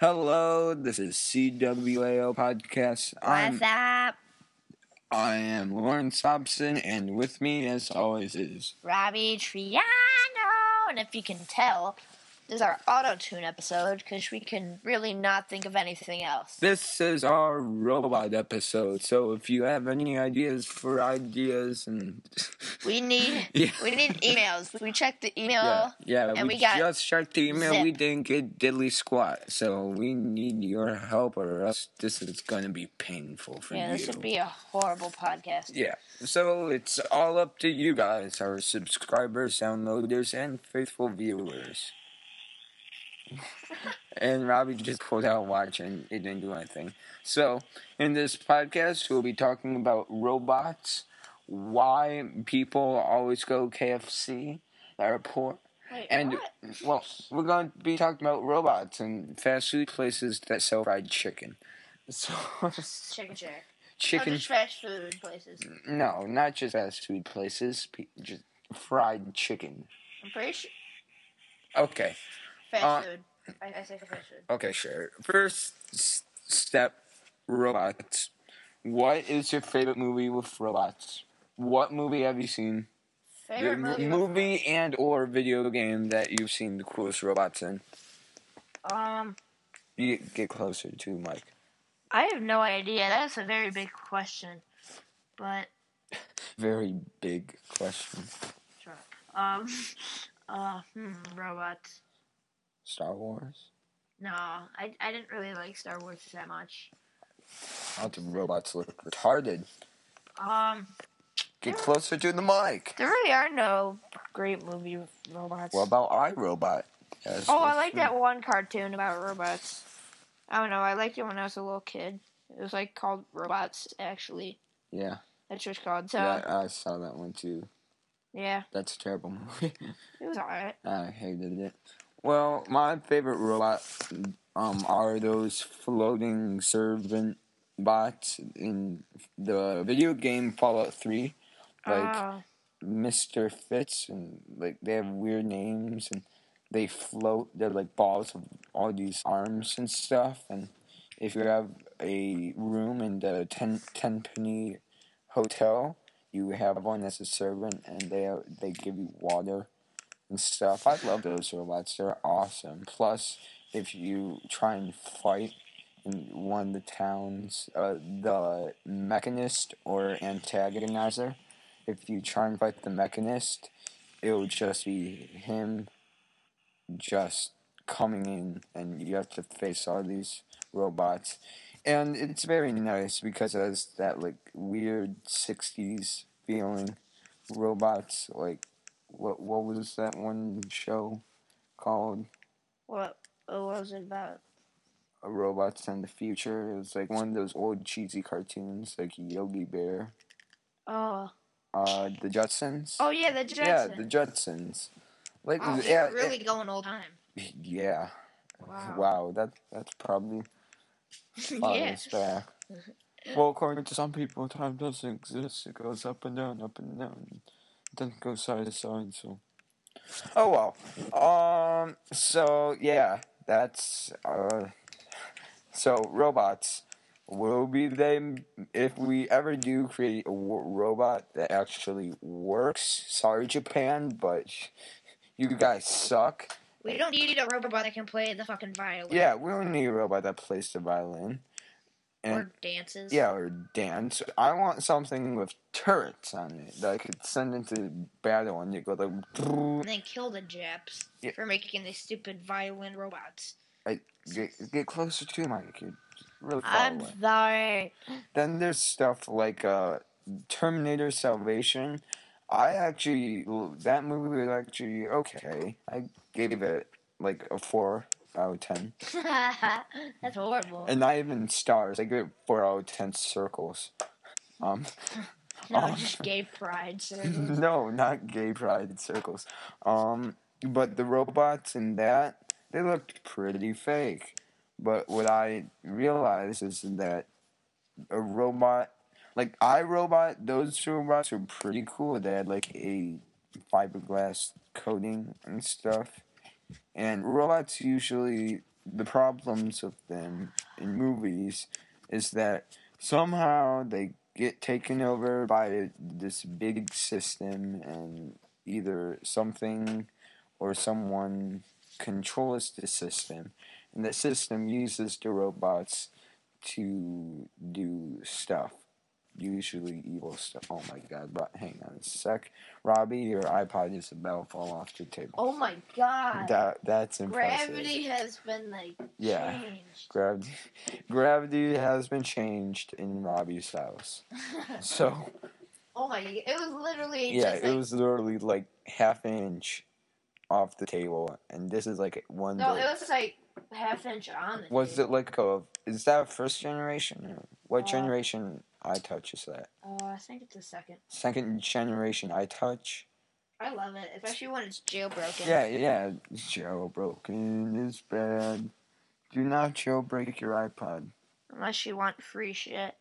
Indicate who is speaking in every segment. Speaker 1: Hello, this is CWAO Podcast. I'm,
Speaker 2: What's up?
Speaker 1: I am Lawrence Hobson, and with me, as always, is.
Speaker 2: Robbie Triano. And if you can tell, this is our auto tune episode because we can really not think of anything else.
Speaker 1: This is our robot episode, so if you have any ideas for ideas and.
Speaker 2: We need
Speaker 1: Yeah.
Speaker 2: we need emails. We checked the email.
Speaker 1: Yeah, yeah
Speaker 2: Oh, and
Speaker 1: we,
Speaker 2: we got
Speaker 1: just checked the email.
Speaker 2: zip.
Speaker 1: We didn't get diddly squat, so we need your help, or else this is going to be painful for
Speaker 2: Yeah,
Speaker 1: you.
Speaker 2: this would be a horrible podcast.
Speaker 1: Yeah. So it's all up to you guys, our subscribers, downloaders, and faithful viewers. and Robbie just pulled out a watch and it didn't do anything. So in this podcast, we'll be talking about robots, why people always go KFC, our poor.
Speaker 2: Wait,
Speaker 1: And
Speaker 2: what?
Speaker 1: well, we're going to be talking about robots and fast food places that sell fried chicken. So
Speaker 2: Chicken Shack.
Speaker 1: chicken Mm.
Speaker 2: Other fast food places.
Speaker 1: no, not just fast food places. pe- Just fried chicken.
Speaker 2: I'm pretty sure
Speaker 1: Okay,
Speaker 2: fast
Speaker 1: Uh,
Speaker 2: food. I, I say fast food.
Speaker 1: okay, sure. First s- step: robots. What is your favorite movie with robots? What movie have you seen?
Speaker 2: Favorite
Speaker 1: Your
Speaker 2: movie?
Speaker 1: m- movie and or video game that you've seen the coolest robots in?
Speaker 2: Um,
Speaker 1: You get closer to Mike.
Speaker 2: I have no idea. That's a very big question. But
Speaker 1: Very big question.
Speaker 2: Sure. Um, uh, hmm, robots.
Speaker 1: Star Wars.
Speaker 2: No, I, I didn't really like Star Wars that much.
Speaker 1: How do robots look retarded?
Speaker 2: Um,
Speaker 1: Get closer to the mic.
Speaker 2: there really are no great movie with robots.
Speaker 1: What about iRobot? Yes,
Speaker 2: oh, I
Speaker 1: that's
Speaker 2: like
Speaker 1: me.
Speaker 2: that one cartoon about robots. I don't know. I liked it when I was a little kid. It was like called Robots, actually.
Speaker 1: Yeah.
Speaker 2: That's what it's called. So
Speaker 1: Yeah,
Speaker 2: yeah,
Speaker 1: I saw that one too. That's a terrible movie.
Speaker 2: it was alright.
Speaker 1: I hated it. Well, my favorite robot um are those floating servant bots in the video game Fallout Three, like
Speaker 2: Oh,
Speaker 1: Mister Fitz, and like they have weird names and they float. They're like balls of all these arms and stuff. And if you have a room in the ten ten penny hotel, you have one as a servant, and they they give you water and stuff. I love those robots. They're awesome. Plus, if you try and fight. In one of the towns, uh, the mechanist or antagonizer, if you try and fight the mechanist, it will just be him just coming in and you have to face all these robots. And it's very nice because it has that like weird sixties feeling robots like what what was that one show called?
Speaker 2: what, what was it about?
Speaker 1: Uh, Robots and the Future. It was like one of those old cheesy cartoons like Yogi Bear.
Speaker 2: Oh,
Speaker 1: Uh the Jetsons.
Speaker 2: oh yeah, the
Speaker 1: Yeah,
Speaker 2: Jetson.
Speaker 1: the Jetsons. Like
Speaker 2: Wow, he's
Speaker 1: yeah,
Speaker 2: really going all time.
Speaker 1: it- yeah. Wow.
Speaker 2: Wow.
Speaker 1: that that's probably five
Speaker 2: yeah.
Speaker 1: years back. Well, according to some people, time doesn't exist. It goes up and down, up and down. It doesn't go side to side. So, oh well. Um. So yeah, that's uh. So robots. Will be they if we ever do create a w- robot that actually works? Sorry, Japan, but you guys suck.
Speaker 2: We don't need a robot that can play the fucking violin
Speaker 1: Yeah, we don't need a robot that plays the violin. And
Speaker 2: or dances.
Speaker 1: yeah, or dance. I want something with turrets on it that I could send into battle and you go like brrrr.
Speaker 2: And then kill the Japs
Speaker 1: Yeah.
Speaker 2: for making these stupid violin robots.
Speaker 1: I, get, get closer to my kid. Really far
Speaker 2: I'm
Speaker 1: away.
Speaker 2: sorry.
Speaker 1: Then there's stuff like uh, Terminator Salvation. I actually that movie was actually okay. I gave it like a four out of ten,
Speaker 2: That's horrible.
Speaker 1: and not even stars. I gave it four out of ten circles. Um.
Speaker 2: No,
Speaker 1: oh.
Speaker 2: just gay pride. sir.
Speaker 1: no, not gay pride in circles. Um, but the robots in that they looked pretty fake. But what I realized is that a robot, like iRobot, those robots were pretty cool. They had like a fiberglass coating and stuff. And robots usually the problems of them in movies is that somehow they get taken over by this big system and either something or someone controls the system and the system uses the robots to do stuff usually evil stuff oh my god Ro- hang on a sec robbie your ipod is about to fall off the table
Speaker 2: Oh my god.
Speaker 1: that that's impressive
Speaker 2: Gravity has been like
Speaker 1: Yeah.
Speaker 2: changed.
Speaker 1: Gravity, gravity has been changed in Robbie's house. So
Speaker 2: oh my! It was literally
Speaker 1: yeah,
Speaker 2: just
Speaker 1: it
Speaker 2: like-
Speaker 1: was literally like half an inch off the table, and this is like one.
Speaker 2: no,
Speaker 1: bit-
Speaker 2: it was like half an inch on. The
Speaker 1: What's
Speaker 2: table.
Speaker 1: it like of? Is that first generation? Or what
Speaker 2: Uh,
Speaker 1: generation I touch is that?
Speaker 2: Uh, I think it's a second.
Speaker 1: Second generation I touch.
Speaker 2: I love it, especially when it's jailbroken.
Speaker 1: Yeah, yeah. Jailbroken is bad. Do not jailbreak your iPod.
Speaker 2: Unless you want free shit.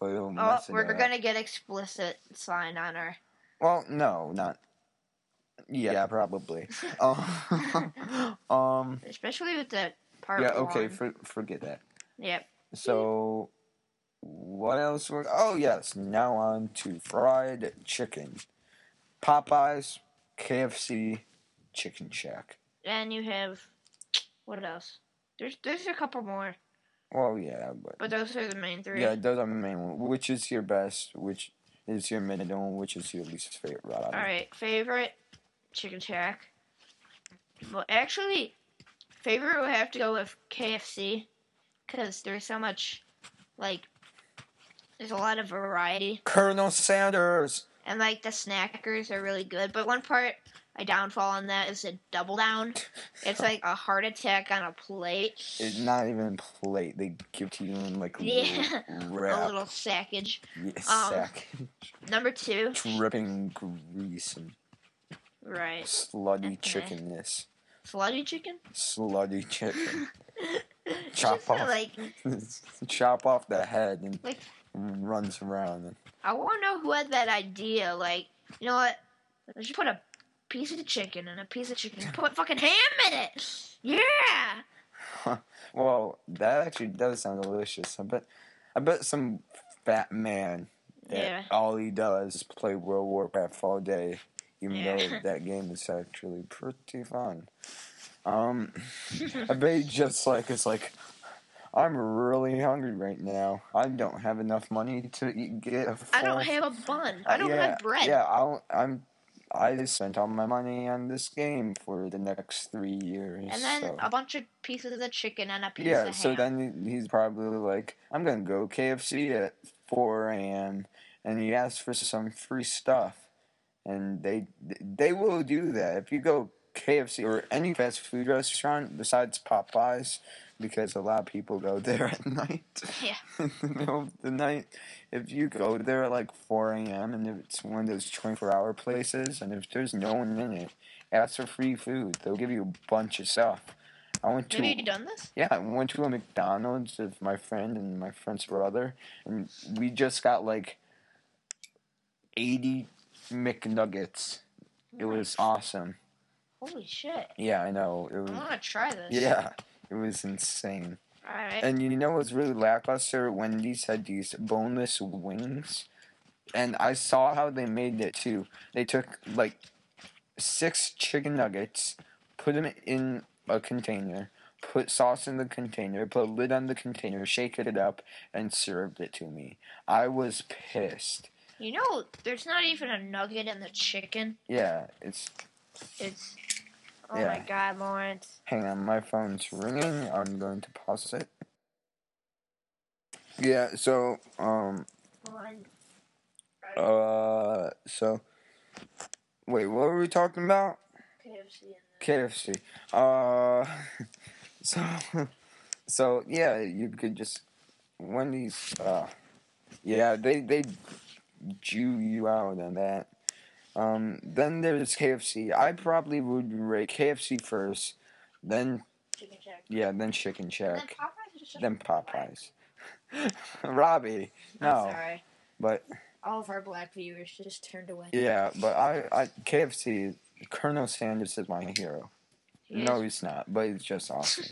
Speaker 1: Or it'll
Speaker 2: Oh,
Speaker 1: mess it
Speaker 2: we're
Speaker 1: up.
Speaker 2: gonna get explicit sign on our.
Speaker 1: Well, no, not. Yeah, probably. um, um,
Speaker 2: Especially with the part
Speaker 1: yeah, okay,
Speaker 2: one.
Speaker 1: for, forget that.
Speaker 2: yep.
Speaker 1: So, what else? Were, oh, yes, now on to fried chicken. Popeyes, KFC, Chicken Shack.
Speaker 2: And you have what else? There's there's a couple more,
Speaker 1: Well, yeah, but.
Speaker 2: but those are the main three.
Speaker 1: Yeah, those are the main one. Which is your best? Which is your middle one? Which is your least favorite?
Speaker 2: All right, favorite Chicken Shack. Well, actually, favorite would have to go with KFC because there's so much, like, there's a lot of variety,
Speaker 1: Colonel Sanders!
Speaker 2: and like the snackers are really good. But one part I downfall on that is the double down. It's like a heart attack on a plate,
Speaker 1: It's not even plate. They give to you in like a
Speaker 2: Yeah,
Speaker 1: little
Speaker 2: a
Speaker 1: wrap
Speaker 2: little sackage.
Speaker 1: yeah,
Speaker 2: um,
Speaker 1: sack,
Speaker 2: Number two,
Speaker 1: dripping grease and
Speaker 2: right?
Speaker 1: sludgy
Speaker 2: Okay.
Speaker 1: chickenness,
Speaker 2: Slutty chicken.
Speaker 1: sludgy chicken.
Speaker 2: It's
Speaker 1: Chop
Speaker 2: just,
Speaker 1: off.
Speaker 2: Like
Speaker 1: Chop off the head and
Speaker 2: Like-
Speaker 1: runs around. And,
Speaker 2: I want to know who had that idea. Like, you know what? Let's just put a piece of chicken and a piece of chicken. Put fucking ham in it. Yeah.
Speaker 1: well, that actually does sound delicious. I bet, I bet some fat man that
Speaker 2: Yeah.
Speaker 1: all he does is play World War Warcraft all day, even
Speaker 2: Yeah.
Speaker 1: though that game is actually pretty fun. Um, I bet he just like it's like, I'm really hungry right now. I don't have enough money to eat, get a.
Speaker 2: I don't
Speaker 1: full-
Speaker 2: have a bun. I don't
Speaker 1: Uh, yeah,
Speaker 2: have bread.
Speaker 1: Yeah, I don't, I'm. I just spent all my money on this game for the next three years.
Speaker 2: And then
Speaker 1: so.
Speaker 2: a bunch of pieces of the chicken and a piece
Speaker 1: Yeah,
Speaker 2: of
Speaker 1: so
Speaker 2: ham.
Speaker 1: then he- he's probably like, I'm gonna go KFC at 4 a.m. and he asks for some free stuff, and they they will do that if you go KFC or any fast food restaurant besides Popeyes, because a lot of people go there at night.
Speaker 2: Yeah.
Speaker 1: in the middle of the night, if you go there at like 4 a.m. and if it's one of those 24-hour places, and if there's no one in it, ask for free food. They'll give you a bunch of stuff. I went to
Speaker 2: Have you done this?
Speaker 1: yeah, I went to a McDonald's with my friend and my friend's brother, and we just got like 80 McNuggets. It was awesome.
Speaker 2: Holy shit.
Speaker 1: Yeah, I know. It
Speaker 2: I
Speaker 1: was,
Speaker 2: want to try this.
Speaker 1: yeah, it was insane.
Speaker 2: All right.
Speaker 1: And you know what's really lackluster? Wendy's had these boneless wings, and I saw how they made it too. They took like six chicken nuggets, put them in a container, put sauce in the container, put a lid on the container, shaken it up, and served it to me. I was pissed.
Speaker 2: you know, there's not even a nugget in the chicken.
Speaker 1: Yeah, it's.
Speaker 2: It's. Oh
Speaker 1: Yeah.
Speaker 2: my god, Lawrence.
Speaker 1: Hang on, my phone's ringing. I'm going to pause it. Yeah, so, um,
Speaker 2: Lawrence.
Speaker 1: Uh, so wait, what were we talking about?
Speaker 2: KFC in the-
Speaker 1: KFC. Uh, so so yeah, you could just Wendy's. Uh, yeah, they they jew you out on that. Um, then there's KFC. I probably would rate KFC first, then
Speaker 2: Chicken Shack.
Speaker 1: yeah, then Chicken
Speaker 2: And then
Speaker 1: Shack,
Speaker 2: Popeyes is just a-
Speaker 1: then Popeyes. Robbie, no,
Speaker 2: I'm sorry.
Speaker 1: but
Speaker 2: all of our black viewers just turned away.
Speaker 1: Yeah, but I, I KFC Colonel Sanders is my hero.
Speaker 2: He
Speaker 1: No,
Speaker 2: is-
Speaker 1: he's not, but he's just awesome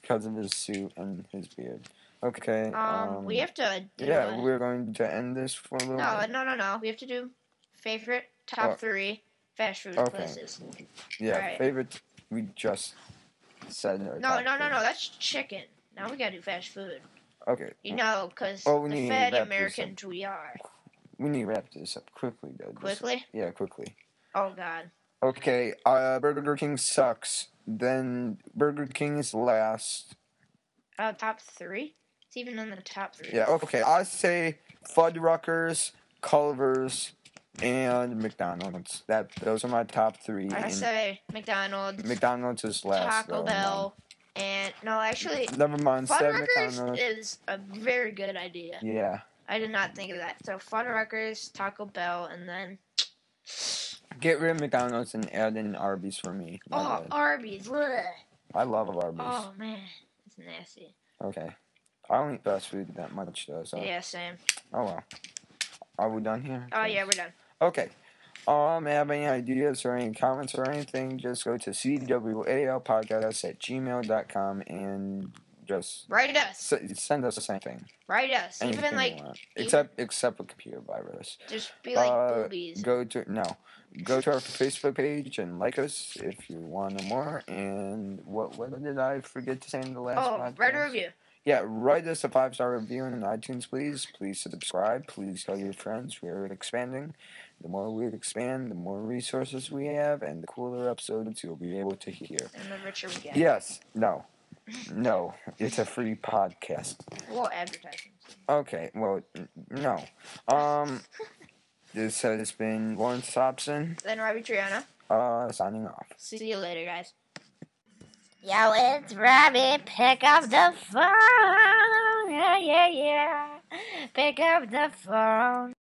Speaker 1: because of his suit and his beard. Okay.
Speaker 2: Um, we have to do
Speaker 1: yeah,
Speaker 2: it.
Speaker 1: we're going to end this for a little
Speaker 2: No,
Speaker 1: bit.
Speaker 2: no, no, no. We have to do favorite top
Speaker 1: Oh.
Speaker 2: three fast food
Speaker 1: Okay.
Speaker 2: places.
Speaker 1: Yeah,
Speaker 2: right.
Speaker 1: favorite. We just said. our
Speaker 2: No,
Speaker 1: top
Speaker 2: no, no,
Speaker 1: three.
Speaker 2: no. That's chicken. Now we gotta do fast food.
Speaker 1: Okay,
Speaker 2: You know, because
Speaker 1: Oh, we need
Speaker 2: the
Speaker 1: to
Speaker 2: fed
Speaker 1: wrap this up.
Speaker 2: Americans we are.
Speaker 1: we need to wrap this up quickly, though. This-
Speaker 2: Quickly?
Speaker 1: Yeah, quickly.
Speaker 2: Oh, God.
Speaker 1: Okay, uh, Burger King sucks. Then Burger King is last.
Speaker 2: Uh, top three? It's even in the top three.
Speaker 1: Yeah, okay. I say Fuddruckers, Culver's, and McDonald's. That those are my top three.
Speaker 2: I
Speaker 1: and
Speaker 2: say McDonald's,
Speaker 1: Mm. McDonald's is last.
Speaker 2: Taco
Speaker 1: though,
Speaker 2: Bell, and no, actually,
Speaker 1: Mom. Never mind. Said
Speaker 2: Fuddruckers
Speaker 1: McDonald's.
Speaker 2: is a very good idea.
Speaker 1: Yeah.
Speaker 2: I did not think of that. So Fuddruckers, Taco Bell, and then
Speaker 1: Get rid of McDonald's and add in Arby's for me. My
Speaker 2: oh,
Speaker 1: bad.
Speaker 2: Arby's. Blech.
Speaker 1: I love Arby's.
Speaker 2: Oh man, it's nasty.
Speaker 1: Okay. I don't eat fast food that much though. So.
Speaker 2: Yeah, same.
Speaker 1: Oh well. Are we done here?
Speaker 2: Oh yeah, we're done.
Speaker 1: Okay. Um, have any ideas or any comments or anything, just go to cwalpodcast at gmail.com and just
Speaker 2: Write us.
Speaker 1: s- send us the same thing.
Speaker 2: Write us.
Speaker 1: Anything
Speaker 2: Even
Speaker 1: you
Speaker 2: like
Speaker 1: want. Except, except with computer virus.
Speaker 2: just be like
Speaker 1: Uh,
Speaker 2: boobies.
Speaker 1: Go to, no. Go to our Facebook page and like us if you want more. And what what did I forget to say in the last
Speaker 2: Oh,
Speaker 1: podcast?
Speaker 2: write a review.
Speaker 1: Yeah, write us a five star review on iTunes, please. Please subscribe. Please tell your friends. We're expanding. The more we expand, the more resources we have, and the cooler episodes you'll be able to hear.
Speaker 2: And the richer we get.
Speaker 1: Yes, no, no, it's a free podcast.
Speaker 2: Well, advertising.
Speaker 1: Okay, well, n- no. Um, this has been Lawrence Thompson,
Speaker 2: Then Robbie Triana.
Speaker 1: uh, signing off.
Speaker 2: See you later, guys.
Speaker 3: Yo, it's Robbie. Pick up the phone. Yeah, yeah, yeah. Pick up the phone.